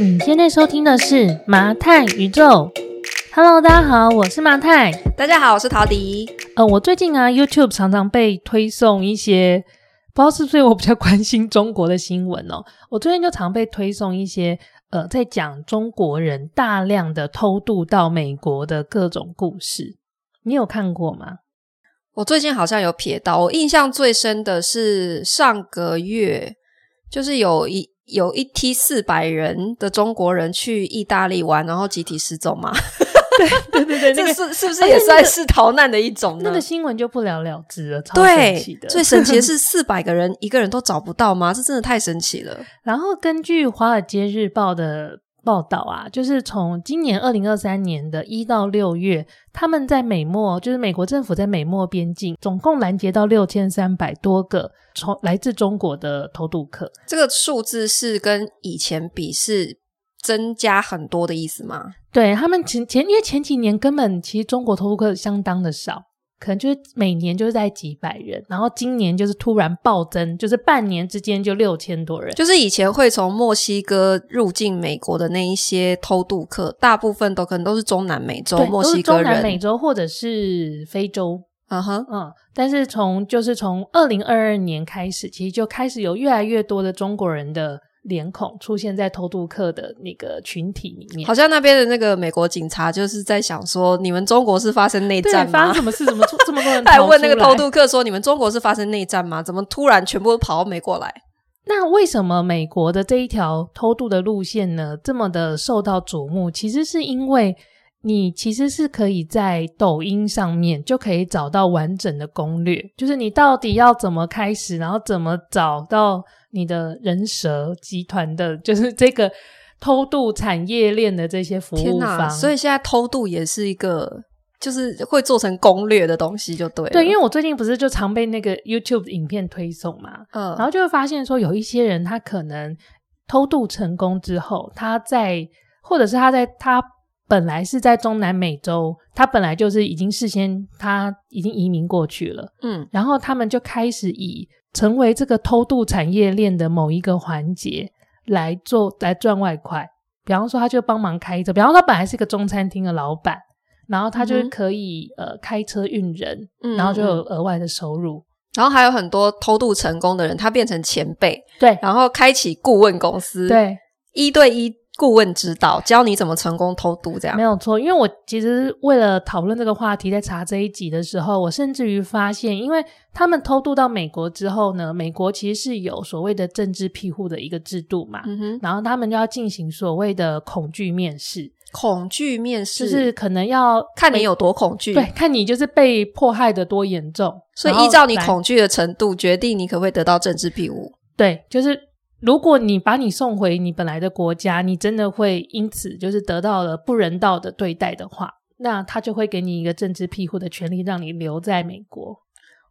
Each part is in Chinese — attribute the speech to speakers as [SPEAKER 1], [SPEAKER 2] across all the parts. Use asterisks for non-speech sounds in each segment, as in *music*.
[SPEAKER 1] 你嗯现在收听的是《麻太宇宙》。Hello，大家好，我是麻太。
[SPEAKER 2] 大家好，我是陶迪。
[SPEAKER 1] 呃，我最近啊，YouTube 常常被推送一些，不知道是不是因为我比较关心中国的新闻哦。我最近就常被推送一些，呃，在讲中国人大量的偷渡到美国的各种故事。你有看过吗？
[SPEAKER 2] 我最近好像有瞥到，我印象最深的是上个月，就是有一有一批四百人的中国人去意大利玩，然后集体失踪嘛。
[SPEAKER 1] *laughs* 对对 *laughs* 对，那
[SPEAKER 2] 这
[SPEAKER 1] 个
[SPEAKER 2] 是是不是也算是逃难的一种呢？
[SPEAKER 1] 那个新闻就不了了之了，超神奇
[SPEAKER 2] 对
[SPEAKER 1] 的，。
[SPEAKER 2] 最神奇的是四百个人一个人都找不到吗？这真的太神奇了。
[SPEAKER 1] 然后根据《华尔街日报》的报道啊，就是从今年二零二三年的一到六月，他们在美墨，就是美国政府在美墨边境，总共拦截到六千三百多个从来自中国的偷渡客。
[SPEAKER 2] 这个数字是跟以前比是增加很多的意思吗？
[SPEAKER 1] 对他们前前因为前几年根本其实中国偷渡客相当的少，可能就是每年就是在几百人，然后今年就是突然暴增，就是半年之间就六千多人。
[SPEAKER 2] 就是以前会从墨西哥入境美国的那一些偷渡客，大部分都可能都是中南美洲
[SPEAKER 1] 对，
[SPEAKER 2] 墨
[SPEAKER 1] 都
[SPEAKER 2] 西
[SPEAKER 1] 是
[SPEAKER 2] 哥
[SPEAKER 1] 中南美
[SPEAKER 2] 人。
[SPEAKER 1] 洲或者是非洲
[SPEAKER 2] 嗯哼，
[SPEAKER 1] 嗯，但是从就是从二零二二年开始，其实就开始有越来越多的中国人的脸孔出现在偷渡客的那个群体里面
[SPEAKER 2] 好。像那边的那个美国警察就是在想说，你们中国是发生内
[SPEAKER 1] 对，
[SPEAKER 2] 战
[SPEAKER 1] 发生
[SPEAKER 2] 吗？
[SPEAKER 1] 什么事？怎么出这么多人？
[SPEAKER 2] *laughs* 他 *laughs* 还问那个偷渡，客说：“你们中国是发生内战吗？怎么突然全部跑到美国来？
[SPEAKER 1] 那为什么美国的这一条偷渡的路线呢，这么的受到瞩目？其实是因为你其实是可以在抖音上面就可以找到完整的攻略，就是你到底要怎么开始，然后怎么找到你的人蛇集团的，就是这个偷渡产业链的这些服
[SPEAKER 2] 天
[SPEAKER 1] 务
[SPEAKER 2] 哪！
[SPEAKER 1] 方。
[SPEAKER 2] 所以现在偷渡也是一个，就是会做成攻略的东西，就对了。
[SPEAKER 1] 对，因
[SPEAKER 2] 为
[SPEAKER 1] 为我最近不是就常被那个 YouTube 影片推送嘛，
[SPEAKER 2] 嗯，
[SPEAKER 1] 然后就会发现说，有一些人他可能偷渡成功之后，他在或者是他在他本来是在中南美洲，他本来就是已经事先他已经移民过去了，
[SPEAKER 2] 嗯，
[SPEAKER 1] 然后他们就开始以成为这个偷渡产业链的某一个环节来做来赚外快。比方说，他就帮忙开车，比方说他本来是一个中餐厅的老板，然后他就
[SPEAKER 2] 嗯哼
[SPEAKER 1] 可以、呃开车运人，
[SPEAKER 2] 嗯
[SPEAKER 1] 然后就
[SPEAKER 2] 嗯
[SPEAKER 1] 有额外的收入。
[SPEAKER 2] 然后还有很多偷渡成功的人，他变成前辈，
[SPEAKER 1] 对
[SPEAKER 2] 然后开启顾问公司，，
[SPEAKER 1] 对，
[SPEAKER 2] 一对一顾问指导，教你怎么成功偷渡，这样
[SPEAKER 1] 没有错，因为我其实为了讨论这个话题，在查这一集的时候，我甚至于发现，因为他们偷渡到美国之后呢，美国其实是有所谓的政治庇护的一个制度嘛，
[SPEAKER 2] 嗯哼，
[SPEAKER 1] 然后他们就要进行所谓的恐惧面试，
[SPEAKER 2] 恐惧面试
[SPEAKER 1] 就是可能要
[SPEAKER 2] 看你有多恐惧，
[SPEAKER 1] 对，看你就是被迫害的多严重，
[SPEAKER 2] 嗯所
[SPEAKER 1] 然后
[SPEAKER 2] 以依照你
[SPEAKER 1] 来
[SPEAKER 2] 恐惧的程度，决定你可不可以得到政治庇护。
[SPEAKER 1] 对，就是如果你把你送回你本来的国家，你真的会因此就是得到了不人道的对待的话，那他就会给你一个政治庇护的权利，让你留在美国。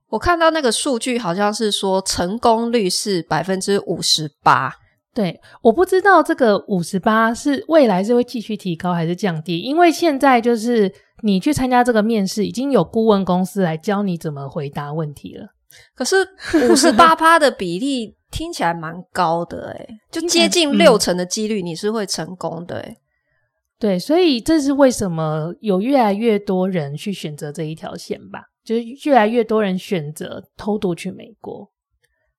[SPEAKER 2] 我看到那个数据好像是说成功率是百分之五十八，
[SPEAKER 1] 对，我不知道这个五十八是未来是会继续提高还是降低，因为现在就是你去参加这个面试，已经有顾问公司来教你怎么回答问题了。
[SPEAKER 2] 可是
[SPEAKER 1] *laughs*
[SPEAKER 2] 五十八趴的比例听起来蛮高的诶、就
[SPEAKER 1] 起来
[SPEAKER 2] 接近
[SPEAKER 1] 嗯
[SPEAKER 2] 六成的几率你是会成功的、欸诶
[SPEAKER 1] 对，所以这是为什么有越来越多人去选择这一条线吧，就是越来越多人选择偷渡去美国。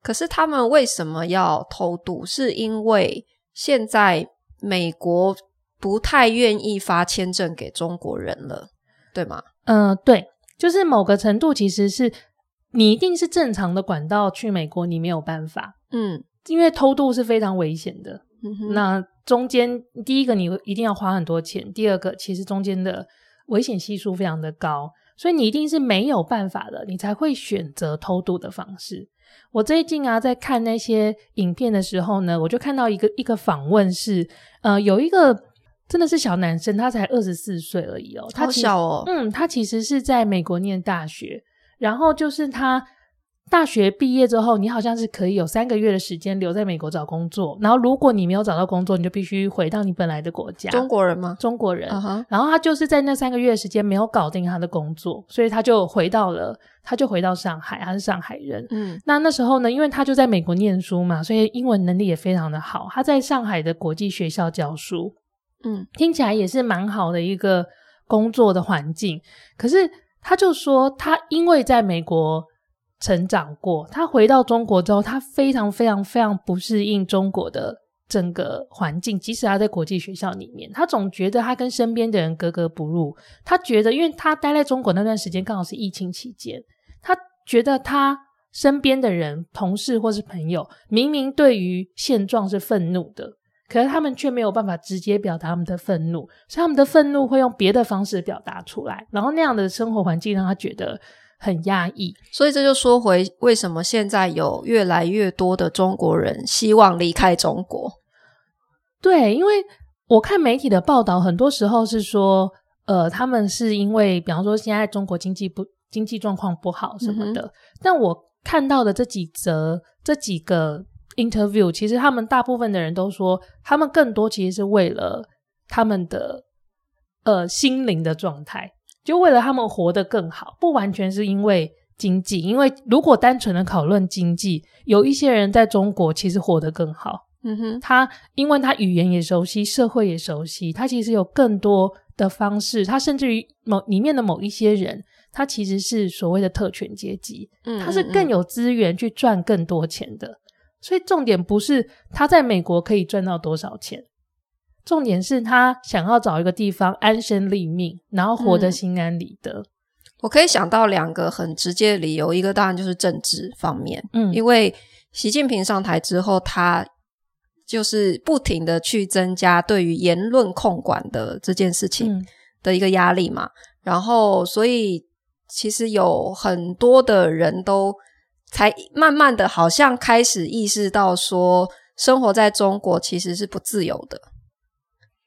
[SPEAKER 2] 可是他们为什么要偷渡？是因为现在美国不太愿意发签证给中国人了，对吗？
[SPEAKER 1] 嗯，对，就是某个程度其实是你一定是正常的管道去美国，你没有办法，
[SPEAKER 2] 嗯，
[SPEAKER 1] 因为偷渡是非常危险的。
[SPEAKER 2] 嗯哼
[SPEAKER 1] 那中间第一个你一定要花很多钱，第二个其实中间的危险系数非常的高，所以你一定是没有办法的，你才会选择偷渡的方式。我最近啊，在看那些影片的时候呢，我就看到一个一个访问是，呃，有一个真的是小男生，他才二十四岁而已哦，他
[SPEAKER 2] 好
[SPEAKER 1] 其实
[SPEAKER 2] 小哦，
[SPEAKER 1] 嗯，他其实是在美国念大学，然后就是他大学毕业之后，你好像是可以有三个月的时间留在美国找工作，然后如果你没有找到工作，你就必须回到你本来的国家。
[SPEAKER 2] 中国人吗？
[SPEAKER 1] 中国人，
[SPEAKER 2] 啊哈，
[SPEAKER 1] 然后他就是在那三个月的时间没有搞定他的工作，所以他就回到了，他就回到上海，他是上海人。
[SPEAKER 2] 嗯
[SPEAKER 1] 那那时候呢，因为他就在美国念书嘛，所以英文能力也非常的好。他在上海的国际学校教书，
[SPEAKER 2] 嗯，
[SPEAKER 1] 听起来也是蛮好的一个工作的环境。可是他就说，他因为在美国成长过，他回到中国之后，他非常非常非常不适应中国的整个环境。即使他在国际学校里面，他总觉得他跟身边的人格格不入。他觉得，因为他待在中国那段时间刚好是疫情期间，他觉得他。身边的人、同事或是朋友，明明对于现状是愤怒的，可是他们却没有办法直接表达他们的愤怒，所以他们的愤怒会用别的方式表达出来。然后那样的生活环境让他觉得很压抑。
[SPEAKER 2] 所以这就说回为什么现在有越来越多的中国人希望离开中国。
[SPEAKER 1] 对，因为我看媒体的报道，很多时候是说，呃，他们是因为，比方说现在中国经济不经济状况不好什么的。但我看到的这几则这几个 interview，其实他们大部分的人都说，他们更多其实是为了他们的呃心灵的状态，就为了他们活得更好，不完全是因为。经济，因为如果单纯的讨论经济，有一些人在中国其实活得更好，
[SPEAKER 2] 嗯哼，
[SPEAKER 1] 他因为他语言也熟悉，社会也熟悉，他其实有更多的方式。他甚至于某里面的某一些人，他其实是所谓的特权阶级，
[SPEAKER 2] 嗯
[SPEAKER 1] 他是更
[SPEAKER 2] 有
[SPEAKER 1] 有资源去赚更多钱的。所以重点不是他在美国可以赚到多少钱，重点是他想要找一个地方安身立命，然后活得
[SPEAKER 2] 嗯
[SPEAKER 1] 心安理得。
[SPEAKER 2] 我可以想到两个很直接的理由，一个当然就是政治方面，
[SPEAKER 1] 嗯
[SPEAKER 2] 因为习近平上台之后，他就是不停的去增加对于言论控管的这件事情
[SPEAKER 1] 嗯
[SPEAKER 2] 的一个压力嘛，然后所以其实有很多的人都才慢慢的好像开始意识到说，生活在中国其实是不自由的。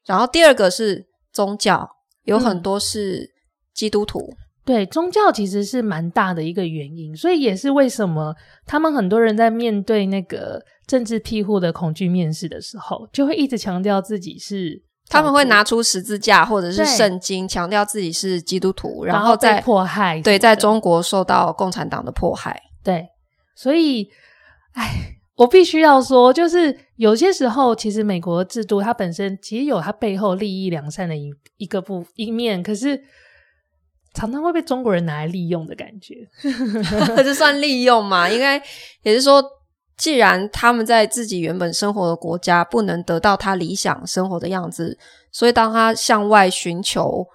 [SPEAKER 2] 然后第二个是宗教，有很
[SPEAKER 1] 嗯
[SPEAKER 2] 多是基督徒，
[SPEAKER 1] 对，宗教其实是蛮大的一个原因，所以也是为什么他们很多人在面对那个政治庇护的恐惧面试的时候，就会一直强调自己是
[SPEAKER 2] 他们会拿出十字架或者是
[SPEAKER 1] 对
[SPEAKER 2] 圣经，强调自己是基督徒，
[SPEAKER 1] 然
[SPEAKER 2] 后
[SPEAKER 1] 被
[SPEAKER 2] 在
[SPEAKER 1] 迫害，
[SPEAKER 2] 对在中国受到共产党的
[SPEAKER 1] *laughs*
[SPEAKER 2] 迫害。
[SPEAKER 1] 对，所以，哎，我必须要说，就是有些时候，其实美国制度它本身其实有它背后利益良善的一一个部一面，可是常常会被中国人拿来利用的感觉。
[SPEAKER 2] 这算利用嘛？应该也是说，既然他们在自己原本生活的国家不能得到他理想生活的样子，所以当他向外寻求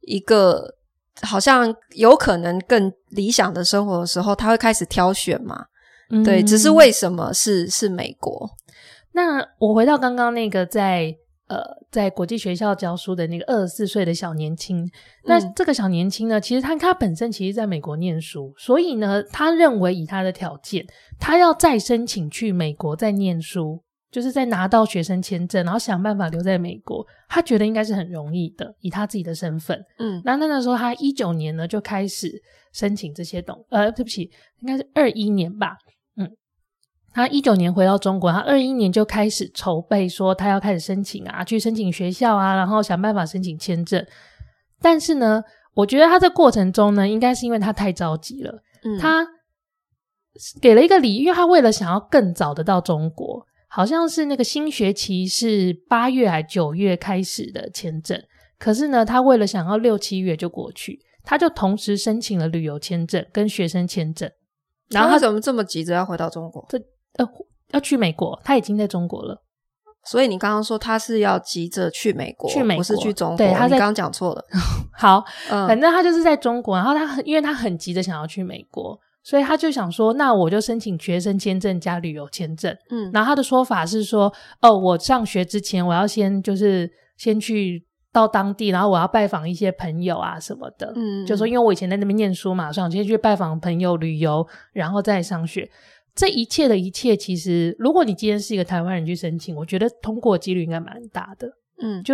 [SPEAKER 2] 一个好像有可能更理想的生活的时候，他会开始挑选嘛？对，只是
[SPEAKER 1] 嗯
[SPEAKER 2] 为什么是是美国？
[SPEAKER 1] 那我回到刚刚那个在呃在国际学校教书的那个二十四岁的小年轻，那
[SPEAKER 2] 嗯
[SPEAKER 1] 这个小年轻呢，其实他他本身其实在美国念书，所以呢，他认为以他的条件，他要再申请去美国再念书，就是在拿到学生签证，然后想办法留在美国，他觉得应该是很容易的，以他自己的身份。
[SPEAKER 2] 嗯
[SPEAKER 1] 那那那时候他一九年呢就开始申请这些东，呃，对不起，应该是二一年吧，嗯，他一九年回到中国，他二一年就开始筹备，说他要开始申请啊，去申请学校啊，然后想办法申请签证。但是呢，我觉得他这过程中呢，应该是因为他太着急了，
[SPEAKER 2] 嗯，
[SPEAKER 1] 他给了一个理，因为他为了想要更早的到中国，好像是那个新学期是八月还九月开始的签证，可是呢，他为了想要六七月就过去，他就同时申请了旅游签证跟学生签证，然
[SPEAKER 2] 然
[SPEAKER 1] 后
[SPEAKER 2] 后
[SPEAKER 1] 他
[SPEAKER 2] 他怎么这么急着要回到中国？
[SPEAKER 1] 要去美国，他已经在中国了。
[SPEAKER 2] 所以你刚刚说他是要急着去美国，
[SPEAKER 1] 去美
[SPEAKER 2] 不是
[SPEAKER 1] 国
[SPEAKER 2] 去中国。
[SPEAKER 1] 对他
[SPEAKER 2] 你
[SPEAKER 1] 在
[SPEAKER 2] 刚刚讲
[SPEAKER 1] *laughs*
[SPEAKER 2] 错了。
[SPEAKER 1] 好，反
[SPEAKER 2] 嗯
[SPEAKER 1] 正他就是在中国，然后他很因为他很急着想要去美国，所以他就想说，那我就申请学生签证加旅游签证。
[SPEAKER 2] 嗯
[SPEAKER 1] 然后他的说法是说，哦，我上学之前我要先就是先去到当地，然后我要拜访一些朋友啊什么的。
[SPEAKER 2] 嗯，
[SPEAKER 1] 就说因为我以前在那边念书嘛，想先去拜访朋友、旅游，然后再上学。这一切的一切，其实如果你今天是一个台湾人去申请，我觉得通过几率应该蛮大的。
[SPEAKER 2] 嗯
[SPEAKER 1] 就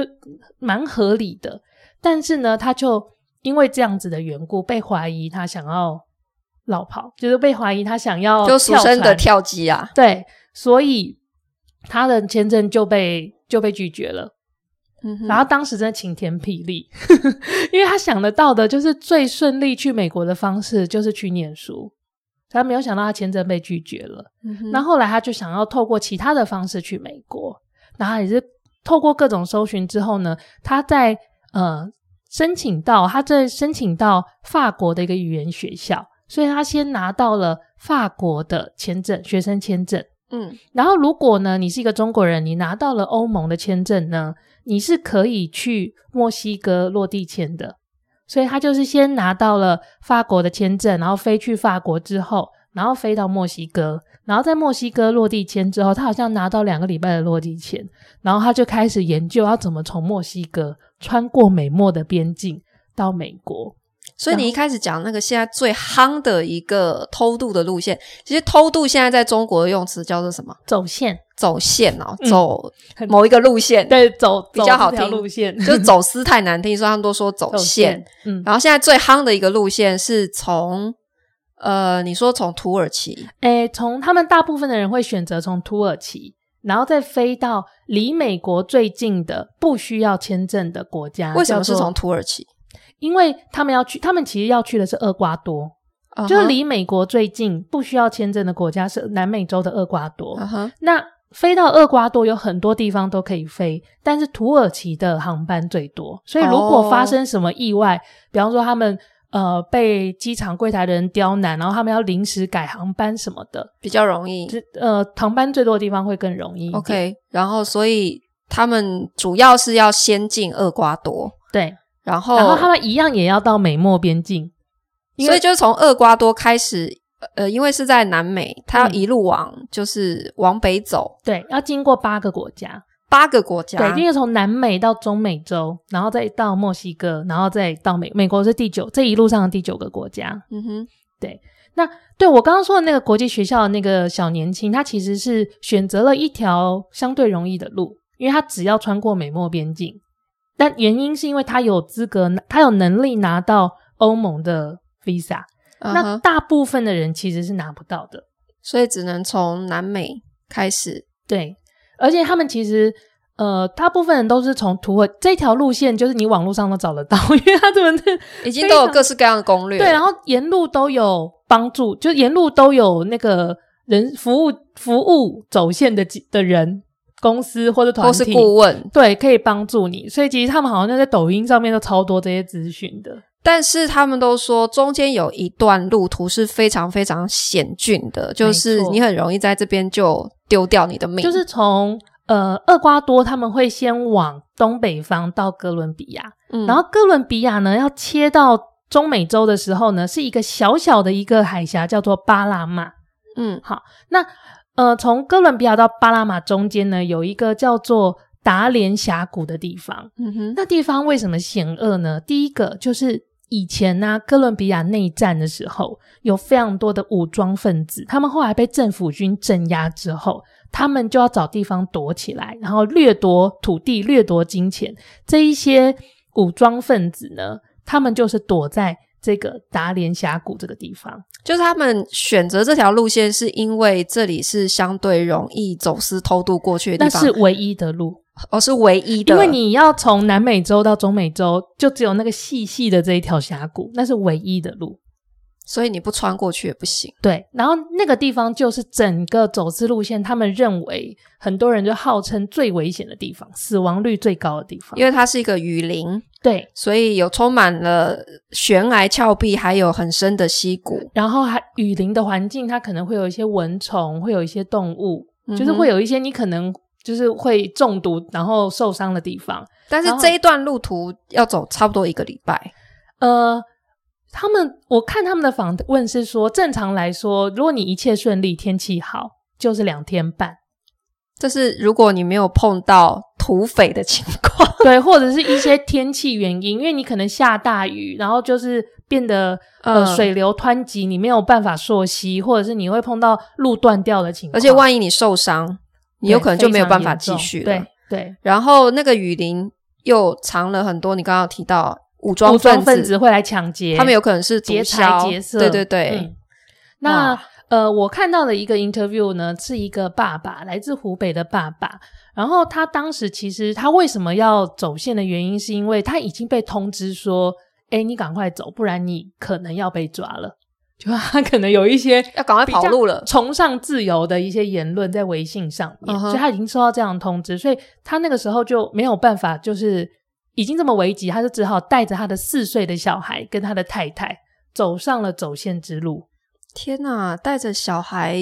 [SPEAKER 1] 蛮合理的。但是呢，他就因为这样子的缘故被怀疑，他想要落跑，就是被怀疑他想要
[SPEAKER 2] 就俗
[SPEAKER 1] 跳
[SPEAKER 2] 称的
[SPEAKER 1] 船
[SPEAKER 2] 跳机啊，
[SPEAKER 1] 对，所以他的签证就被就被拒绝了。
[SPEAKER 2] 嗯哼
[SPEAKER 1] 然后当时真的晴天霹雳， *laughs* 因为他想得到的就是最顺利去美国的方式就是去念书，他没有想到他签证被拒绝了。
[SPEAKER 2] 嗯哼
[SPEAKER 1] 那后来他就想要透过其他的方式去美国，然后也是透过各种搜寻之后呢，他在呃申请到他这申请到法国的一个语言学校，所以他先拿到了法国的签证，学生签证。
[SPEAKER 2] 嗯
[SPEAKER 1] 然后，如果呢，你是一个中国人，你拿到了欧盟的签证呢，你是可以去墨西哥落地签的。所以他就是先拿到了法国的签证，然后飞去法国之后，然后飞到墨西哥，然后在墨西哥落地签之后，他好像拿到两个礼拜的落地签，然后他就开始研究要怎么从墨西哥穿过美墨的边境到美国。
[SPEAKER 2] 所以你一开始讲那个现在最夯的一个偷渡的路线，其实偷渡现在在中国的用词叫做什么？
[SPEAKER 1] 走线，
[SPEAKER 2] 走线哦，
[SPEAKER 1] 嗯
[SPEAKER 2] 走
[SPEAKER 1] 很
[SPEAKER 2] 某一个路线，
[SPEAKER 1] 对，走
[SPEAKER 2] 比较
[SPEAKER 1] *laughs* 走
[SPEAKER 2] 好
[SPEAKER 1] 这条
[SPEAKER 2] 听
[SPEAKER 1] 路线，
[SPEAKER 2] 就是走私太难听，所以他们都说走
[SPEAKER 1] 走
[SPEAKER 2] 线。，
[SPEAKER 1] 嗯，
[SPEAKER 2] 然后现在最夯的一个路线是从呃，你说从土耳其，
[SPEAKER 1] 诶，从他们大部分的人会选择从土耳其，然后再飞到离美国最近的不需要签证的国家。
[SPEAKER 2] 为什么是
[SPEAKER 1] 啊叫做
[SPEAKER 2] 从？土耳其？
[SPEAKER 1] 因为他们要去，他们其实要去的是厄瓜多，
[SPEAKER 2] 嗯
[SPEAKER 1] 就是离美国最近不需要签证的国家是南美洲的厄瓜多。
[SPEAKER 2] 嗯哼
[SPEAKER 1] 那飞到厄瓜多有很多地方都可以飞，但是土耳其的航班最多。所以如果
[SPEAKER 2] 哦
[SPEAKER 1] 发生什么意外，比方说他们呃被机场柜台的人刁难，然后他们要临时改航班什么的，
[SPEAKER 2] 比较容易。
[SPEAKER 1] 这呃，航班最多的地方会更容易一点。
[SPEAKER 2] OK，然后所以他们主要是要先进厄瓜多，
[SPEAKER 1] 对，
[SPEAKER 2] 然后
[SPEAKER 1] 然后他们一样也要到美墨边境，因
[SPEAKER 2] 所
[SPEAKER 1] 为
[SPEAKER 2] 以就是从厄瓜多开始，呃，因为是在南美，它要
[SPEAKER 1] 嗯
[SPEAKER 2] 一路往、就是往北走
[SPEAKER 1] 对，要经过八个国家，
[SPEAKER 2] 八个国家，
[SPEAKER 1] 对，因为从南美到中美洲，然后再到墨西哥，然后再到美美国是第九，这一路上的第九个国家。
[SPEAKER 2] 嗯哼，
[SPEAKER 1] 对我刚刚说的那个国际学校的那个小年轻，他其实是选择了一条相对容易的路，因为他只要穿过美墨边境。但原因是因为他有资格拿，他有能力拿到欧盟的 visa，
[SPEAKER 2] 嗯
[SPEAKER 1] 那
[SPEAKER 2] 哼，
[SPEAKER 1] 大部分的人其实是拿不到的，
[SPEAKER 2] 所以只能从南美开始，
[SPEAKER 1] 对，而且他们其实。呃，大部分人都是从土耳这条路线，就是你网络上都找得到，因为他们是
[SPEAKER 2] 已经都有各式各样的攻略，
[SPEAKER 1] 对，然后沿路都有帮助，就沿路都有那个人服务服务走线的几的人、公司或者团
[SPEAKER 2] 或是
[SPEAKER 1] 体，
[SPEAKER 2] 顾问，
[SPEAKER 1] 对，可以帮助你。所以其实他们好像在抖音上面都超多这些资讯的，
[SPEAKER 2] 但是他们都说中间有一段路途是非常非常险峻的，就是
[SPEAKER 1] 没错
[SPEAKER 2] 你很容易在这边就丢掉你的命，
[SPEAKER 1] 就是从呃厄瓜多他们会先往东北方到哥伦比亚，
[SPEAKER 2] 嗯
[SPEAKER 1] 然后哥伦比亚呢要切到中美洲的时候呢，是一个小小的一个海峡，叫做巴拿马。
[SPEAKER 2] 嗯
[SPEAKER 1] 那呃，从哥伦比亚到巴拿马中间呢，有一个叫做达连峡谷的地方。
[SPEAKER 2] 嗯哼，
[SPEAKER 1] 那地方为什么险恶呢？第一个就是以前呢、哥伦比亚内战的时候，有非常多的武装分子，他们后来被政府军镇压之后，他们就要找地方躲起来，然后掠夺土地、掠夺金钱。这一些武装分子呢，他们就是躲在这个达连峡谷这个地方。
[SPEAKER 2] 就是他们选择这条路线是因为这里是相对容易走私偷渡过去
[SPEAKER 1] 那
[SPEAKER 2] 的地方，
[SPEAKER 1] 是唯一的路，
[SPEAKER 2] 哦是唯一的，
[SPEAKER 1] 因为你要从南美洲到中美洲，就只有那个细细的这一条峡谷，那是唯一的路。
[SPEAKER 2] 所以你不穿过去也不行。
[SPEAKER 1] 对，然后那个地方就是整个走私路线，他们认为很多人就号称最危险的地方，死亡率最高的地方。
[SPEAKER 2] 因为它是一个雨林，
[SPEAKER 1] 对，
[SPEAKER 2] 所以有充满了悬崖峭壁，还有很深的溪谷，
[SPEAKER 1] 然后还雨林的环境，它可能会有一些蚊虫，会有一些动物，就是会
[SPEAKER 2] 有。
[SPEAKER 1] 有一些你可能就是会中毒然后受伤的地方。
[SPEAKER 2] 但是
[SPEAKER 1] 然后
[SPEAKER 2] 这一段路途要走差不多一个礼拜，
[SPEAKER 1] 呃，他们我看他们的访问是说，正常来说，如果你一切顺利，天气好，就是两天半，
[SPEAKER 2] 这是如果你没有碰到土匪的情
[SPEAKER 1] *laughs*
[SPEAKER 2] *laughs* 况，
[SPEAKER 1] 对，或者是一些天气原因，因为你可能下大雨，然后就是变得呃、
[SPEAKER 2] 嗯
[SPEAKER 1] 水流湍急，你没有办法溯溪，或者是你会碰到路断掉的情况，
[SPEAKER 2] 而且万一你受伤，你
[SPEAKER 1] 对
[SPEAKER 2] 有可能就
[SPEAKER 1] 哦非
[SPEAKER 2] 没有
[SPEAKER 1] 常
[SPEAKER 2] 办法
[SPEAKER 1] 严
[SPEAKER 2] 继
[SPEAKER 1] 重
[SPEAKER 2] 续了
[SPEAKER 1] 对。对，
[SPEAKER 2] 然后那个雨林又藏了很多你刚刚有提到武装
[SPEAKER 1] 武装
[SPEAKER 2] 分
[SPEAKER 1] 分子会来抢劫，
[SPEAKER 2] 他们有可能是毒
[SPEAKER 1] 劫财
[SPEAKER 2] 枭，
[SPEAKER 1] 劫色，
[SPEAKER 2] 对对对。
[SPEAKER 1] 嗯那
[SPEAKER 2] 哇
[SPEAKER 1] 呃，我看到的一个 interview 呢，是一个爸爸，来自湖北的爸爸。然后他当时其实他为什么要走线的原因，是因为他已经被通知说，哎，你赶快走，不然你可能要被抓了。就他可能有一些
[SPEAKER 2] 要赶快
[SPEAKER 1] 比较
[SPEAKER 2] 跑路了。
[SPEAKER 1] 崇尚自由的一些言论在微信上面
[SPEAKER 2] 嗯哼
[SPEAKER 1] 所以他已经收到这样的通知，所以他那个时候就没有办法，就是已经这么危急，他就只好带着他的四岁的小孩跟他的太太走上了走线之路，
[SPEAKER 2] 天哪，带着小孩，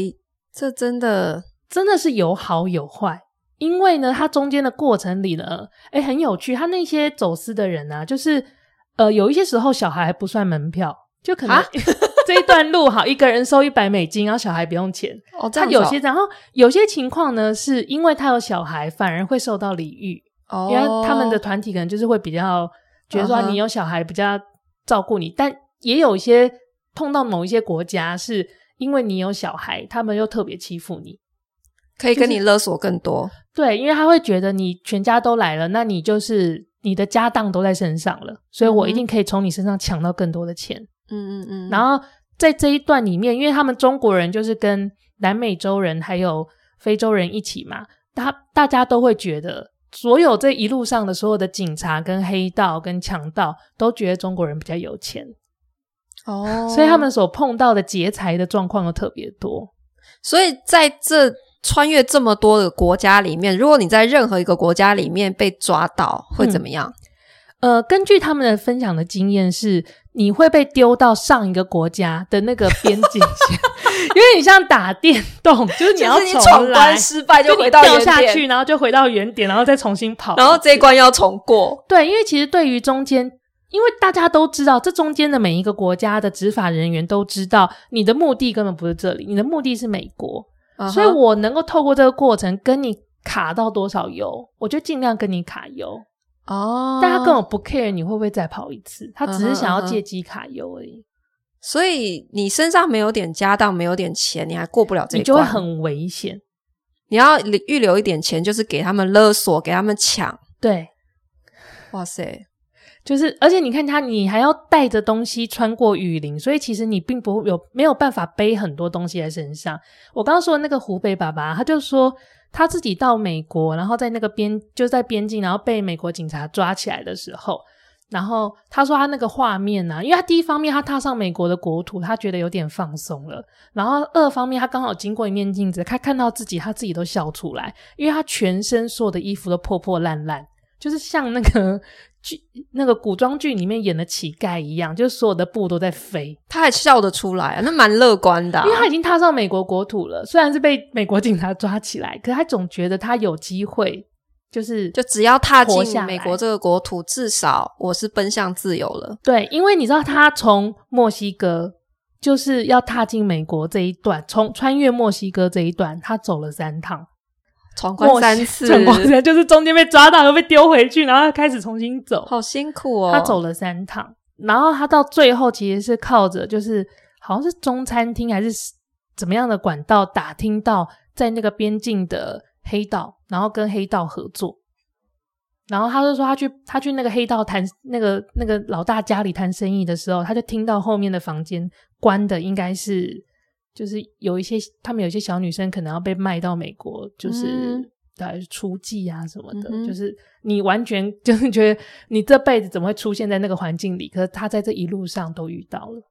[SPEAKER 2] 这真的
[SPEAKER 1] 真的是有好有坏。因为呢，他中间的过程里呢，哎，很有趣。他那些走私的人啊，就是呃，有一些时候小孩还不算门票，就可能、哎
[SPEAKER 2] 啊
[SPEAKER 1] 这一段路好，一个人收一百美金，然后小孩不用钱。
[SPEAKER 2] 哦，这
[SPEAKER 1] 他
[SPEAKER 2] 样子
[SPEAKER 1] 有
[SPEAKER 2] 哦
[SPEAKER 1] 些，然后有些情况呢，是因为他有小孩，反而会受到礼遇，
[SPEAKER 2] 哦，
[SPEAKER 1] 因为他们的团体可能就是会比较觉得说
[SPEAKER 2] 嗯
[SPEAKER 1] 啊
[SPEAKER 2] 哼
[SPEAKER 1] 你有小孩比较照顾你，但也有一些碰到某一些国家是因为你有小孩，他们又特别欺负你。
[SPEAKER 2] 可以跟你勒索更多。
[SPEAKER 1] 对，因为他会觉得你全家都来了，那你就是你的家当都在身上了，所以我
[SPEAKER 2] 嗯
[SPEAKER 1] 一定可以从你身上抢到更多的钱。
[SPEAKER 2] 嗯嗯嗯，
[SPEAKER 1] 然后在这一段里面，因为他们中国人就是跟南美洲人还有非洲人一起嘛，大大家都会觉得，所有这一路上的所有的警察、跟黑道、跟强盗都觉得中国人比较有钱，
[SPEAKER 2] 哦，
[SPEAKER 1] 所以他们所碰到的劫财的状况又特别多。
[SPEAKER 2] 所以在这穿越这么多的国家里面，如果你在任何一个国家里面被抓到，会怎么样？
[SPEAKER 1] 呃，根据他们的分享的经验是，你会被丢到上一个国家的那个边境
[SPEAKER 2] *laughs*
[SPEAKER 1] 线，因为你像打电动，就是你要
[SPEAKER 2] 嗯就是你
[SPEAKER 1] 重
[SPEAKER 2] 闯
[SPEAKER 1] 来
[SPEAKER 2] 关，失败
[SPEAKER 1] 就
[SPEAKER 2] 回
[SPEAKER 1] 你
[SPEAKER 2] 到
[SPEAKER 1] 掉
[SPEAKER 2] 原
[SPEAKER 1] 下
[SPEAKER 2] 点，
[SPEAKER 1] 去，然后就回到原点，然后再重新跑，
[SPEAKER 2] 然后这一关要重过。
[SPEAKER 1] 对，因为其实对于中间，因为大家都知道，这中间的每一个国家的执法人员都知道，你的目的根本不是这里，你的目的是美国，
[SPEAKER 2] 嗯哼
[SPEAKER 1] 所以我能够透过这个过程跟你卡到多少油，我就尽量跟你卡油。
[SPEAKER 2] 哦，
[SPEAKER 1] 但他根本不 care 你会不会再跑一次，他只是想要
[SPEAKER 2] 嗯哼嗯哼
[SPEAKER 1] 借机卡油而已，
[SPEAKER 2] 所以你身上没有点家当，没有点钱，你还过不了这
[SPEAKER 1] 你
[SPEAKER 2] 一
[SPEAKER 1] 就会
[SPEAKER 2] 关。
[SPEAKER 1] 很危险。
[SPEAKER 2] 你要预留一点钱，就是给他们勒索，给他们抢。
[SPEAKER 1] 对，
[SPEAKER 2] 哇塞，
[SPEAKER 1] 就是，而且你看他，你还要带着东西穿过雨林，所以其实你并不有没有办法背很多东西在身上。我刚刚说的那个湖北爸爸，他就说他自己到美国，然后在那个边就在边境，然后被美国警察抓起来的时候，然后他说他那个画面啊呢、因为他第一方面他踏上美国的国土，他觉得有点放松了，然后二方面他刚好经过一面镜子，他看到自己，他自己都笑出来，因为他全身所有的衣服都破破烂烂。就是像那个剧、那个古装剧里面演的乞丐一样，就是所有的布都在飞，
[SPEAKER 2] 他还笑得出来、那蛮乐观的啊、
[SPEAKER 1] 因为他已经踏上美国国土了。虽然是被美国警察抓起来，可他总觉得他有机会，就是
[SPEAKER 2] 就只要踏
[SPEAKER 1] 活
[SPEAKER 2] 进
[SPEAKER 1] 下
[SPEAKER 2] 美
[SPEAKER 1] 来
[SPEAKER 2] 国这个国土，至少我是奔向自由了。
[SPEAKER 1] 对，因为你知道他从墨西哥就是要踏进美国这一段，从穿越墨西哥这一段，他走了三趟，
[SPEAKER 2] 闯哦关三次，
[SPEAKER 1] 成功三 *laughs* 就是中间被抓到又被丢回去，然后他开始重新走，
[SPEAKER 2] 好辛苦哦。
[SPEAKER 1] 他走了三趟，然后他到最后其实是靠着就是好像是中餐厅还是怎么样的管道打听到在那个边境的黑道，然后跟黑道合作。然后他就说他去他去那个黑道谈那个那个老大家里谈生意的时候，他就听到后面的房间关的应该是就是有一些他们有一些小女生可能要被卖到美国，就是。
[SPEAKER 2] 嗯
[SPEAKER 1] 对，出妓啊什么的，
[SPEAKER 2] 嗯哼
[SPEAKER 1] 就是你完全 *laughs* 就是觉得你这辈子怎么会出现在那个环境里？可是他在这一路上都遇到了，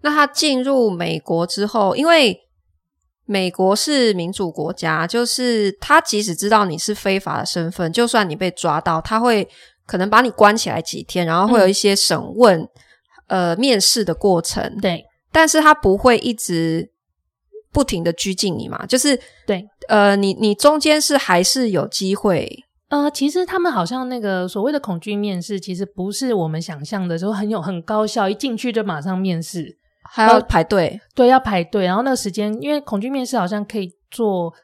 [SPEAKER 2] 那他进入美国之后，因为美国是民主国家，就是他即使知道你是非法的身份，就算你被抓到，他会可能把你关起来几天，然后会有一些审问、
[SPEAKER 1] 嗯
[SPEAKER 2] 呃面试的过程，
[SPEAKER 1] 对
[SPEAKER 2] 但是他不会一直不停的拘禁你嘛，就是
[SPEAKER 1] 对，
[SPEAKER 2] 呃，你你中间是还是有机会。
[SPEAKER 1] 呃，其实他们好像那个所谓的恐惧面试，其实不是我们想象的，说很有很高效，一进去就马上面试，
[SPEAKER 2] 还要排队，
[SPEAKER 1] 对，要排队，然后那个时间，因为恐惧面试好像可以做，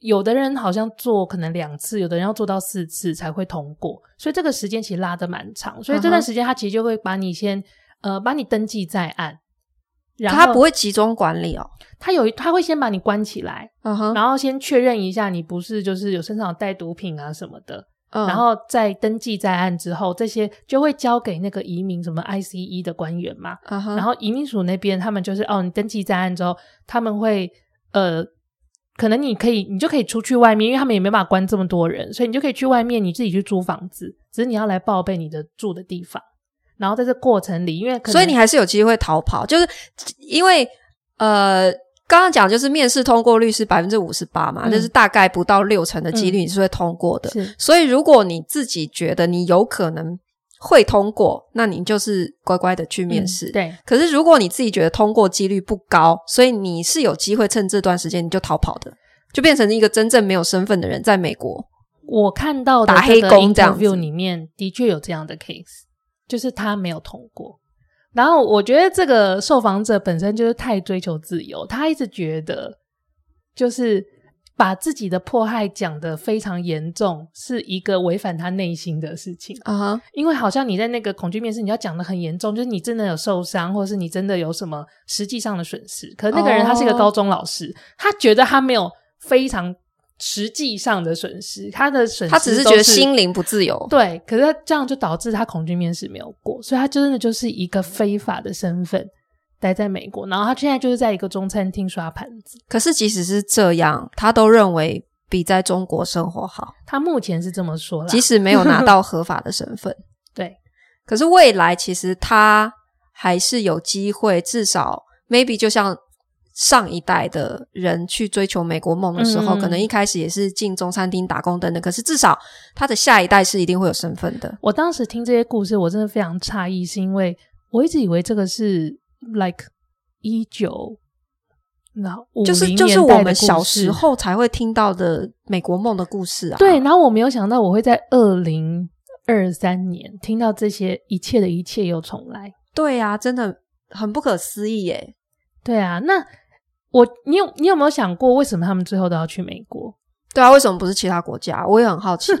[SPEAKER 1] 有的人好像做可能两次，有的人要做到四次才会通过，所以这个时间其实拉的蛮长，所以这
[SPEAKER 2] 嗯
[SPEAKER 1] 段
[SPEAKER 2] 哼
[SPEAKER 1] 时间他其实就会把你先呃把你登记在案，
[SPEAKER 2] 可
[SPEAKER 1] 然后
[SPEAKER 2] 他不会集中管理哦。
[SPEAKER 1] 他有一他会先把你关起来，
[SPEAKER 2] 嗯哼，
[SPEAKER 1] 然后先确认一下你不是就是有身上有带毒品啊什么的，
[SPEAKER 2] 嗯
[SPEAKER 1] 然后在登记在案之后，这些就会交给那个移民什么 ICE 的官员嘛。
[SPEAKER 2] 啊哈，
[SPEAKER 1] 然后移民署那边他们就是哦，你登记在案之后，他们会呃，可能你可以你就可以出去外面，因为他们也没办法关这么多人，所以你就可以去外面你自己去租房子，只是你要来报备你的住的地方。然后在这过程里，因为可能
[SPEAKER 2] 所以你还是有机会逃跑，就是因为呃，刚刚讲就是面试通过率是百分之五十八嘛，
[SPEAKER 1] 嗯
[SPEAKER 2] 就是大概不到六成的几率你是会通过的。
[SPEAKER 1] 是
[SPEAKER 2] 所以如果你自己觉得你有可能会通过，那你就是乖乖的去面试。
[SPEAKER 1] 嗯对，
[SPEAKER 2] 可是，如果你自己觉得通过几率不高，所以你是有机会趁这段时间你就逃跑的，就变成一个真正没有身份的人在美国。
[SPEAKER 1] 我看到的
[SPEAKER 2] 打
[SPEAKER 1] 这个
[SPEAKER 2] 黑工这样子
[SPEAKER 1] interview 里面的确有这样的 case，就是他没有通过。然后我觉得这个受访者本身就是太追求自由，他一直觉得就是把自己的迫害讲得非常严重，是一个违反他内心的事情。
[SPEAKER 2] 啊哈，
[SPEAKER 1] 因为好像你在那个恐惧面试，你要讲的很严重，就是你真的有受伤，或者是你真的有什么实际上的损失。可那个人
[SPEAKER 2] 哦
[SPEAKER 1] 他是一个高中老师，他觉得他没有非常实际上的损失，他的损失
[SPEAKER 2] 他只是
[SPEAKER 1] 都
[SPEAKER 2] 觉得心灵不自由。
[SPEAKER 1] 对，可是他这样就导致他恐惧面试没有过，所以他真的就是一个非法的身份待在美国，然后他现在就是在一个中餐厅刷盘子，
[SPEAKER 2] 可是即使是这样，他都认为比在中国生活好，
[SPEAKER 1] 他目前是这么说啦
[SPEAKER 2] 即。使没有拿到合法的身
[SPEAKER 1] *laughs*
[SPEAKER 2] 份。
[SPEAKER 1] 对，
[SPEAKER 2] 可是未来其实他还是有机会，至少 maybe 就像上一代的人去追求美国梦的时候，
[SPEAKER 1] 嗯
[SPEAKER 2] 可能一开始也是进中餐厅打工等等，可是至少他的下一代是一定会有身份的。
[SPEAKER 1] 我当时听这些故事，我真的非常诧异，是因为我一直以为这个是 like 一九，那
[SPEAKER 2] 就是就是我们小时候才会听到的美国梦的故事啊，
[SPEAKER 1] 对，，然后我没有想到我会在二零二三年听到这些一切的一切又重来。
[SPEAKER 2] 对啊，真的很不可思议耶！
[SPEAKER 1] 对啊，那我你有你有没有想过，为什么他们最后都要去美国？
[SPEAKER 2] 对啊，为什么不是其他国家？我也很好奇。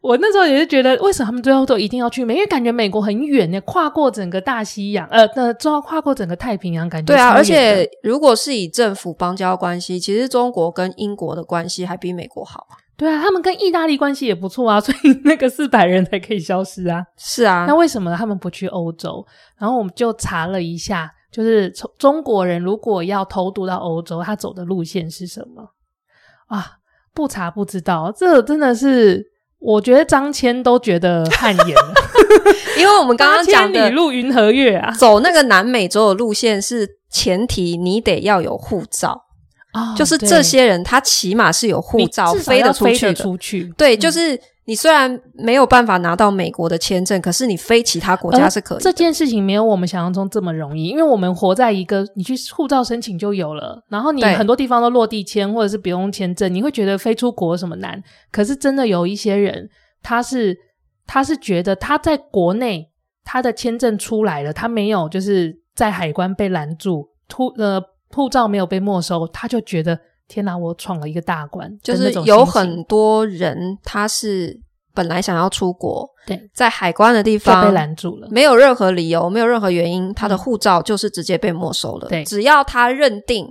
[SPEAKER 1] 我那时候也是觉得，为什么他们最后都一定要去美？因为感觉美国很远呢，跨过整个大西洋，呃，那之后跨过整个太平洋，感觉
[SPEAKER 2] 对啊，
[SPEAKER 1] 超
[SPEAKER 2] 而
[SPEAKER 1] 远的
[SPEAKER 2] 且如果是以政府邦交关系，其实中国跟英国的关系还比美国好啊。
[SPEAKER 1] 对啊，他们跟意大利关系也不错啊， *laughs* 所以那个四百人才可以消失啊。
[SPEAKER 2] 是啊
[SPEAKER 1] 那，为什么他们不去欧洲？然后我们就查了一下，就是从中国人如果要偷渡到欧洲，他走的路线是什么啊？不查不知道，这真的是我觉得张骞都觉得汗颜了。
[SPEAKER 2] *laughs* 因为我们刚刚讲
[SPEAKER 1] 八千
[SPEAKER 2] 的
[SPEAKER 1] 里路云和月啊，
[SPEAKER 2] 走那个南美洲的路线是前提，你得要有护照，
[SPEAKER 1] 哦
[SPEAKER 2] 就是
[SPEAKER 1] 对
[SPEAKER 2] 这些人他起码是有护
[SPEAKER 1] 你
[SPEAKER 2] 照
[SPEAKER 1] 至少
[SPEAKER 2] 飞
[SPEAKER 1] 要
[SPEAKER 2] 得出
[SPEAKER 1] 飞
[SPEAKER 2] 去的。
[SPEAKER 1] 出去，
[SPEAKER 2] 对，
[SPEAKER 1] 嗯
[SPEAKER 2] 就是你虽然没有办法拿到美国的签证，可是你飞其他国家是可以的。
[SPEAKER 1] 呃这件事情没有我们想象中这么容易，因为我们活在一个你去护照申请就有了，然后你
[SPEAKER 2] 对
[SPEAKER 1] 很多地方都落地签或者是不用签证，你会觉得飞出国有什么难。可是真的有一些人，他是他是觉得他在国内他的签证出来了，他没有就是在海关被拦住，突呃护照没有被没收，他就觉得天哪，我闯了一个大关，
[SPEAKER 2] 就是
[SPEAKER 1] 的那种
[SPEAKER 2] 有
[SPEAKER 1] 心情
[SPEAKER 2] 很多人他是本来想要出国，
[SPEAKER 1] 对
[SPEAKER 2] 在海关的地
[SPEAKER 1] 就
[SPEAKER 2] 方
[SPEAKER 1] 被拦住了。
[SPEAKER 2] 没有任何理由，没有任何原因，他的护照就是直接被没收了。
[SPEAKER 1] 对
[SPEAKER 2] 只要他认定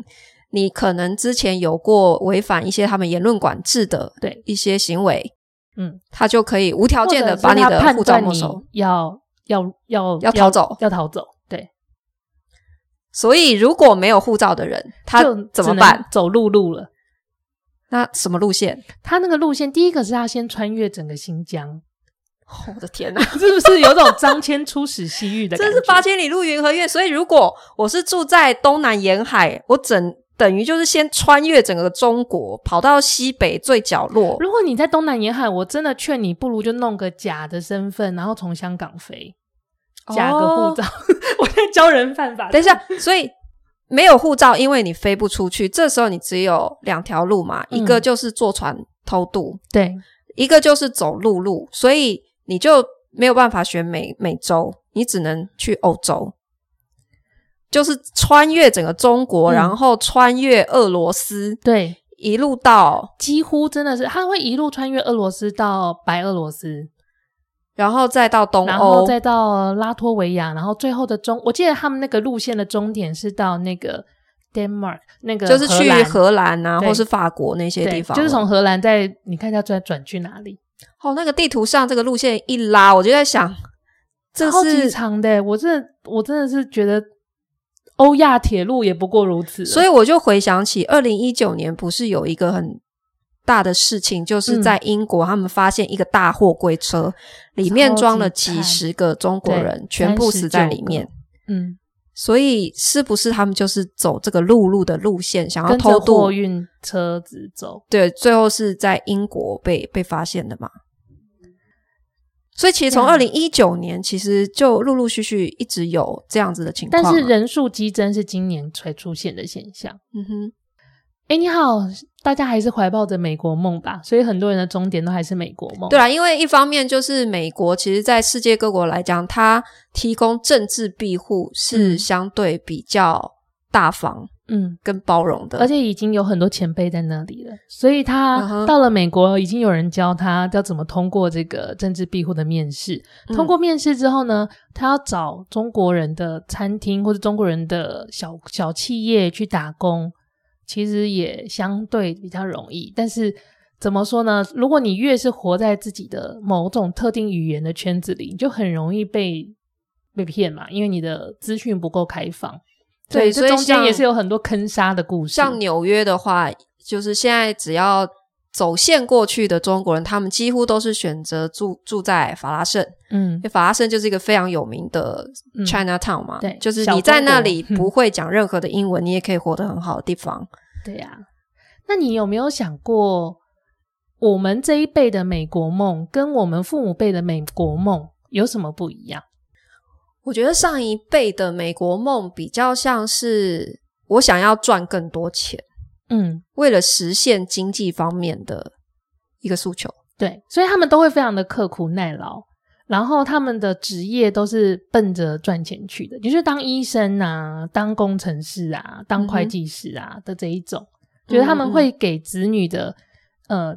[SPEAKER 2] 你可能之前有过违反一些他们言论管制的
[SPEAKER 1] 对
[SPEAKER 2] 一些行为，
[SPEAKER 1] 嗯，
[SPEAKER 2] 他就可以无条件的
[SPEAKER 1] 或者是
[SPEAKER 2] 把你
[SPEAKER 1] 他
[SPEAKER 2] 的
[SPEAKER 1] 判
[SPEAKER 2] 护照
[SPEAKER 1] 断
[SPEAKER 2] 没
[SPEAKER 1] 你
[SPEAKER 2] 收。
[SPEAKER 1] 要要要
[SPEAKER 2] 要逃走
[SPEAKER 1] 要逃走，对，
[SPEAKER 2] 所以如果没有护照的人，他
[SPEAKER 1] 就
[SPEAKER 2] 怎么
[SPEAKER 1] 只能
[SPEAKER 2] 办？
[SPEAKER 1] 走陆路了。
[SPEAKER 2] 那什么路
[SPEAKER 1] *laughs*
[SPEAKER 2] 线？
[SPEAKER 1] 他那个路线，第一个是他先穿越整个新疆， *laughs*
[SPEAKER 2] 哦我的天哪、
[SPEAKER 1] 是不是有种张骞出使西域的感
[SPEAKER 2] *laughs* 真
[SPEAKER 1] 觉？
[SPEAKER 2] 是八千里路云和月。所以如果我是住在东南沿海，我整等于就是先穿越整个中国，跑到西北最角落。
[SPEAKER 1] 如果你在东南沿海，我真的劝你，不如就弄个假的身份，然后从香港飞，假个护
[SPEAKER 2] 哦
[SPEAKER 1] 照。 *laughs* 我在教人犯法。
[SPEAKER 2] 等一下，所以没有护照，因为你飞不出去，这时候你只有两条路嘛，
[SPEAKER 1] 嗯
[SPEAKER 2] 一个就是坐船偷渡，
[SPEAKER 1] 对，
[SPEAKER 2] 一个就是走陆路，所以你就没有办法选美美洲，你只能去欧洲。就是穿越整个中
[SPEAKER 1] 嗯
[SPEAKER 2] 国，然后穿越俄罗斯，
[SPEAKER 1] 对，
[SPEAKER 2] 一路到，
[SPEAKER 1] 几乎真的是他会一路穿越俄罗斯到白俄罗斯，
[SPEAKER 2] 然后再到东
[SPEAKER 1] 然后
[SPEAKER 2] 欧，
[SPEAKER 1] 再到拉脱维亚，然后最后的终，我记得他们那个路线的终点是到那个 Denmark，那个
[SPEAKER 2] 就是去
[SPEAKER 1] 兰
[SPEAKER 2] 荷兰啊，
[SPEAKER 1] 对
[SPEAKER 2] 或是法国那些
[SPEAKER 1] 对
[SPEAKER 2] 地方了，
[SPEAKER 1] 就是从荷兰再你看一下再转去哪里？
[SPEAKER 2] 哦，那个地图上这个路线一拉，我就在想，这
[SPEAKER 1] 超级
[SPEAKER 2] 是，
[SPEAKER 1] 长的，欸我真的我真的是觉得欧亚铁路也不过如此了，
[SPEAKER 2] 所以我就回想起二零一九年，不是有一个很大的事情，就是
[SPEAKER 1] 嗯
[SPEAKER 2] 在英国他们发现一个大货柜车里面
[SPEAKER 1] 超级
[SPEAKER 2] 装了几
[SPEAKER 1] 惨
[SPEAKER 2] 十个中国
[SPEAKER 1] 对
[SPEAKER 2] 人，全部死在
[SPEAKER 1] 39
[SPEAKER 2] 里面
[SPEAKER 1] 个。嗯，
[SPEAKER 2] 所以是不是他们就是走这个陆路的路线，想要
[SPEAKER 1] 跟
[SPEAKER 2] 偷
[SPEAKER 1] 着
[SPEAKER 2] 渡
[SPEAKER 1] 货？运车子走，
[SPEAKER 2] 对，最后是在英国被被发现的嘛。所以其实从二
[SPEAKER 1] 呀
[SPEAKER 2] 零一九年，其实就陆陆续续一直有这样子的情况
[SPEAKER 1] 但
[SPEAKER 2] 啊、
[SPEAKER 1] 是人数激增是今年才出现的现象。
[SPEAKER 2] 嗯哼，
[SPEAKER 1] 哎，你好，大家还是怀抱着美国梦吧，所以很多人的终点都还是美国梦。
[SPEAKER 2] 对啦，啊因为一方面就是美国，其实在世界各国来讲，它提供政治庇护是
[SPEAKER 1] 嗯
[SPEAKER 2] 相对比较大方
[SPEAKER 1] 嗯，
[SPEAKER 2] 跟包容的，
[SPEAKER 1] 而且已经有很多前辈在那里了，所以
[SPEAKER 2] 嗯哼
[SPEAKER 1] 他到了美国，已经有人教他要怎么通过这个政治庇护的面试。
[SPEAKER 2] 嗯
[SPEAKER 1] 通过面试之后呢，他要找中国人的餐厅或者中国人的小小企业去打工，其实也相对比较容易。但是怎么说呢？如果你越是活在自己的某种特定语言的圈子里，你就很容易被被骗嘛，因为你的资讯不够开放。
[SPEAKER 2] 对
[SPEAKER 1] 这
[SPEAKER 2] 所以
[SPEAKER 1] 中间
[SPEAKER 2] 像
[SPEAKER 1] 也是有很多坑杀的故事。
[SPEAKER 2] 像纽约的话，就是现在只要走线过去的中国人，他们几乎都是选择住住在法拉盛，
[SPEAKER 1] 嗯
[SPEAKER 2] 因为法拉盛就是一个非常有名的
[SPEAKER 1] 嗯
[SPEAKER 2] China Town 嘛，
[SPEAKER 1] 对
[SPEAKER 2] 就是
[SPEAKER 1] 小
[SPEAKER 2] 你在
[SPEAKER 1] 中国
[SPEAKER 2] 那里
[SPEAKER 1] 嗯
[SPEAKER 2] 不会讲任何的英文，你也可以活得很好的地方。
[SPEAKER 1] 对呀、那你有没有想过，我们这一辈的美国梦跟我们父母辈的美国梦有什么不一样？
[SPEAKER 2] 我觉得上一辈的美国梦比较像是我想要赚更多钱，
[SPEAKER 1] 嗯，
[SPEAKER 2] 为了实现经济方面的一个诉求。
[SPEAKER 1] 对，所以他们都会非常的刻苦耐劳，然后他们的职业都是奔着赚钱去的，就是当医生啊、当工程师啊、当会计师啊、的这一种，觉得他们会给子女的呃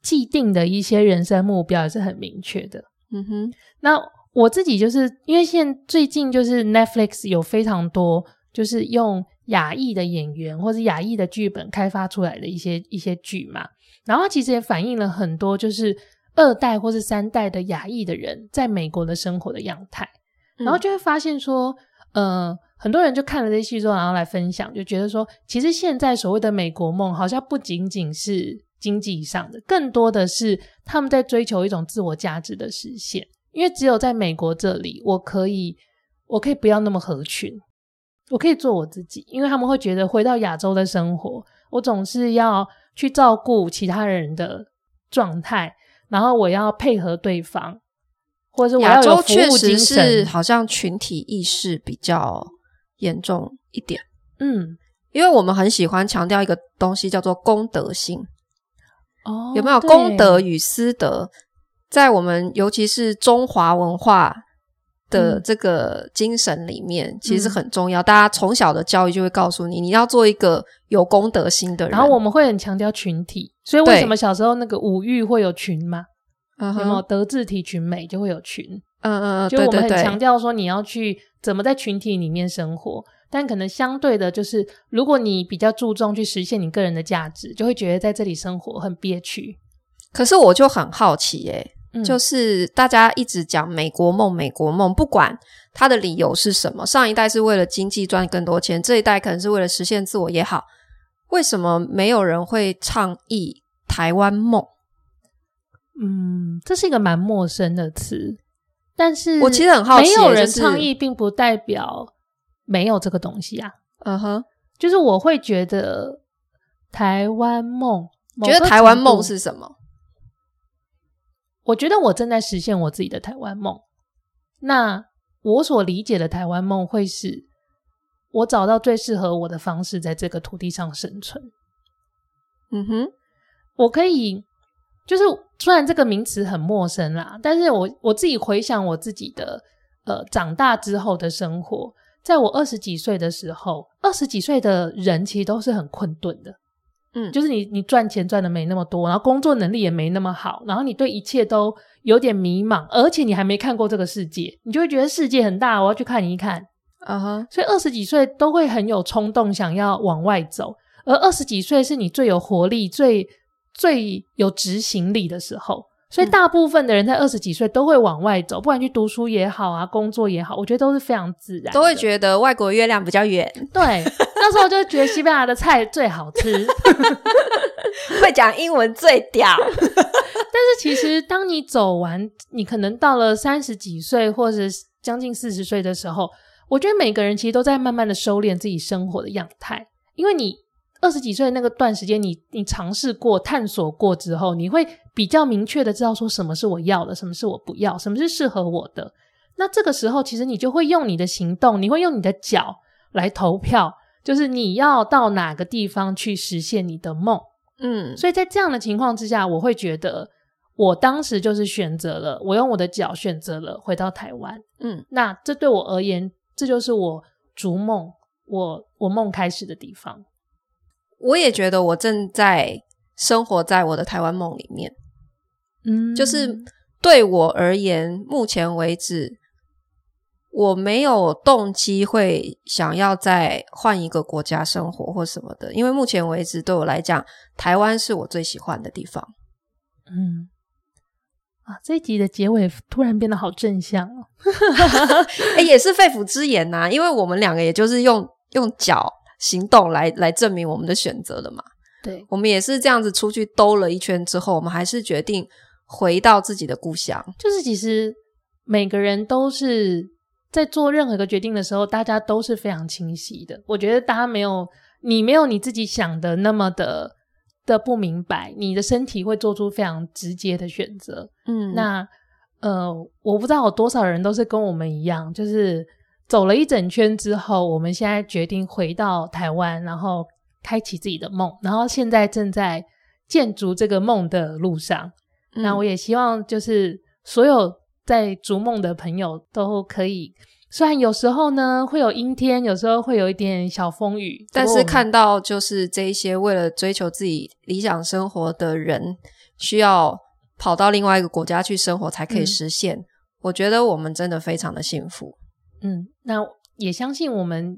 [SPEAKER 1] 既定的一些人生目标也是很明确的。
[SPEAKER 2] 嗯哼，
[SPEAKER 1] 那我自己就是因为现最近就是 Netflix 有非常多就是用亚裔的演员或者亚裔的剧本开发出来的一些一些剧嘛，然后它其实也反映了很多就是二代或是三代的亚裔的人在美国的生活的样态，然
[SPEAKER 2] 嗯
[SPEAKER 1] 后就会发现说，呃。很多人就看了这些戏之后，然后来分享，就觉得说，其实现在所谓的美国梦，好像不仅仅是经济上的，更多的是他们在追求一种自我价值的实现。因为只有在美国这里，我可以，我可以不要那么合群，我可以做我自己，因为他们会觉得回到亚洲的生活，我总是要去照顾其他人的状态，然后我要配合对方，或者是我
[SPEAKER 2] 亚
[SPEAKER 1] 要有
[SPEAKER 2] 洲
[SPEAKER 1] 服
[SPEAKER 2] 确
[SPEAKER 1] 务
[SPEAKER 2] 实
[SPEAKER 1] 精
[SPEAKER 2] 是
[SPEAKER 1] 神。
[SPEAKER 2] 好像群体意识比较严重一点，
[SPEAKER 1] 嗯，
[SPEAKER 2] 因为我们很喜欢强调一个东西叫做公德心，
[SPEAKER 1] 哦，
[SPEAKER 2] 有没有
[SPEAKER 1] 对
[SPEAKER 2] 公德？与私德？在我们尤其是中华文化的
[SPEAKER 1] 嗯
[SPEAKER 2] 这个精神里面，其实很重要。大家从小的教育就会告诉你，你要做一个有公德心的人。
[SPEAKER 1] 然后我们会很强调群体，所以为
[SPEAKER 2] 对
[SPEAKER 1] 什么小时候那个五育会有群嘛？
[SPEAKER 2] 嗯
[SPEAKER 1] 有没有
[SPEAKER 2] 哼，
[SPEAKER 1] 德智体群美就会有群？
[SPEAKER 2] 嗯嗯，嗯
[SPEAKER 1] 就
[SPEAKER 2] 对
[SPEAKER 1] 我们
[SPEAKER 2] 对
[SPEAKER 1] 很强
[SPEAKER 2] 对，
[SPEAKER 1] 调说你要去怎么在群体里面生活，但可能相对的，就是如果你比较注重去实现你个人的价值，就会觉得在这里生活很憋屈。
[SPEAKER 2] 可是我就很好奇、欸，
[SPEAKER 1] 嗯，
[SPEAKER 2] 就是大家一直讲美国梦，美国梦，不管它的理由是什么，上一代是为了经济赚更多钱，这一代可能是为了实现自我也好，为什么没有人会倡议台湾梦？
[SPEAKER 1] 嗯，这是一个蛮陌生的词，但是
[SPEAKER 2] 我其实很好奇
[SPEAKER 1] 没有人
[SPEAKER 2] 就是
[SPEAKER 1] 倡议，并不代表没有这个东西啊。
[SPEAKER 2] 嗯哼，
[SPEAKER 1] 就是我会觉得台湾梦，某
[SPEAKER 2] 觉得
[SPEAKER 1] 个
[SPEAKER 2] 台湾
[SPEAKER 1] 程度
[SPEAKER 2] 梦是什么？
[SPEAKER 1] 我觉得我正在实现我自己的台湾梦。那我所理解的台湾梦，会是我找到最适合我的方式，在这个土地上生存。
[SPEAKER 2] 嗯哼，
[SPEAKER 1] 我可以，就是虽然这个名词很陌生啦，但是我我自己回想我自己的呃长大之后的生活，在我二十几岁的时候，二十几岁的人其实都是很困顿的。
[SPEAKER 2] 嗯，
[SPEAKER 1] 就是你你赚钱赚的没那么多，然后工作能力也没那么好，然后你对一切都有点迷茫，而且你还没看过这个世界，你就会觉得世界很大，我要去看一看。
[SPEAKER 2] 嗯哼，
[SPEAKER 1] 所以二十几岁都会很有冲动，想要往外走，而二十几岁是你最有活力、最最有执行力的时候，所以
[SPEAKER 2] 嗯
[SPEAKER 1] 大部分的人在二十几岁都会往外走，不管去读书也好啊，工作也好，我觉得都是非常自然的，
[SPEAKER 2] 都会觉得外国月亮比较圆， *laughs*
[SPEAKER 1] 对。那时候就觉得西班牙的菜最好
[SPEAKER 2] *laughs*
[SPEAKER 1] 吃，
[SPEAKER 2] 会讲英文最屌。
[SPEAKER 1] 但是其实，当你走完，你可能到了三十几岁，或者是将近四十岁的时候，我觉得每个人其实都在慢慢的收敛自己生活的样态，因为你二十几岁那个段时间，你你尝试过、探索过之后，你会比较明确的知道说什么是我要的，什么是我不要，什么是适合我的。那这个时候，其实你就会用你的行动，你会用你的脚来投票，就是你要到哪个地方去实现你的梦。
[SPEAKER 2] 嗯，
[SPEAKER 1] 所以在这样的情况之下，我会觉得我当时就是选择了，我用我的脚选择了回到台湾。
[SPEAKER 2] 嗯，
[SPEAKER 1] 那这对我而言，这就是我逐梦，我我梦开始的地方。
[SPEAKER 2] 我也觉得我正在生活在我的台湾梦里面。
[SPEAKER 1] 嗯
[SPEAKER 2] 就是对我而言，目前为止，我没有动机会想要再换一个国家生活或什么的，因为目前为止对我来讲，台湾是我最喜欢的地方。
[SPEAKER 1] 嗯啊，这一集的结尾突然变得好正向哦。
[SPEAKER 2] 哎，也是肺腑之言呐、因为我们两个也就是用用脚行动来来证明我们的选择的嘛。
[SPEAKER 1] 对，
[SPEAKER 2] 我们也是这样子出去兜了一圈之后，我们还是决定回到自己的故乡。
[SPEAKER 1] 就是其实每个人都是在做任何一个决定的时候，大家都是非常清晰的。我觉得大家没有你没有你自己想的那么的的不明白，你的身体会做出非常直接的选择。
[SPEAKER 2] 嗯
[SPEAKER 1] 那呃，我不知道有多少人都是跟我们一样，就是走了一整圈之后，我们现在决定回到台湾，然后开启自己的梦，然后现在正在建筑这个梦的路上。那我
[SPEAKER 2] 也
[SPEAKER 1] 也希望就是所有在逐梦的朋友都可以，虽然有时候呢会有阴天，有时候会有一点小风雨，
[SPEAKER 2] 但
[SPEAKER 1] 不过
[SPEAKER 2] 是
[SPEAKER 1] 我们
[SPEAKER 2] 看到就是这一些为了追求自己理想生活的人，需要跑到另外一个国家去生活才可以
[SPEAKER 1] 嗯
[SPEAKER 2] 实现。我觉得我们真的非常的幸福。
[SPEAKER 1] 嗯，那也相信我们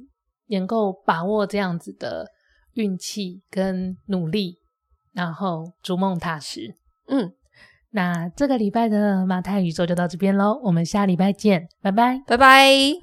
[SPEAKER 1] 能够把握这样子的运气跟努力，然后逐梦踏实。
[SPEAKER 2] 嗯，
[SPEAKER 1] 那这个礼拜的马太宇宙就到这边喽，我们下礼拜见，拜拜。
[SPEAKER 2] 拜拜。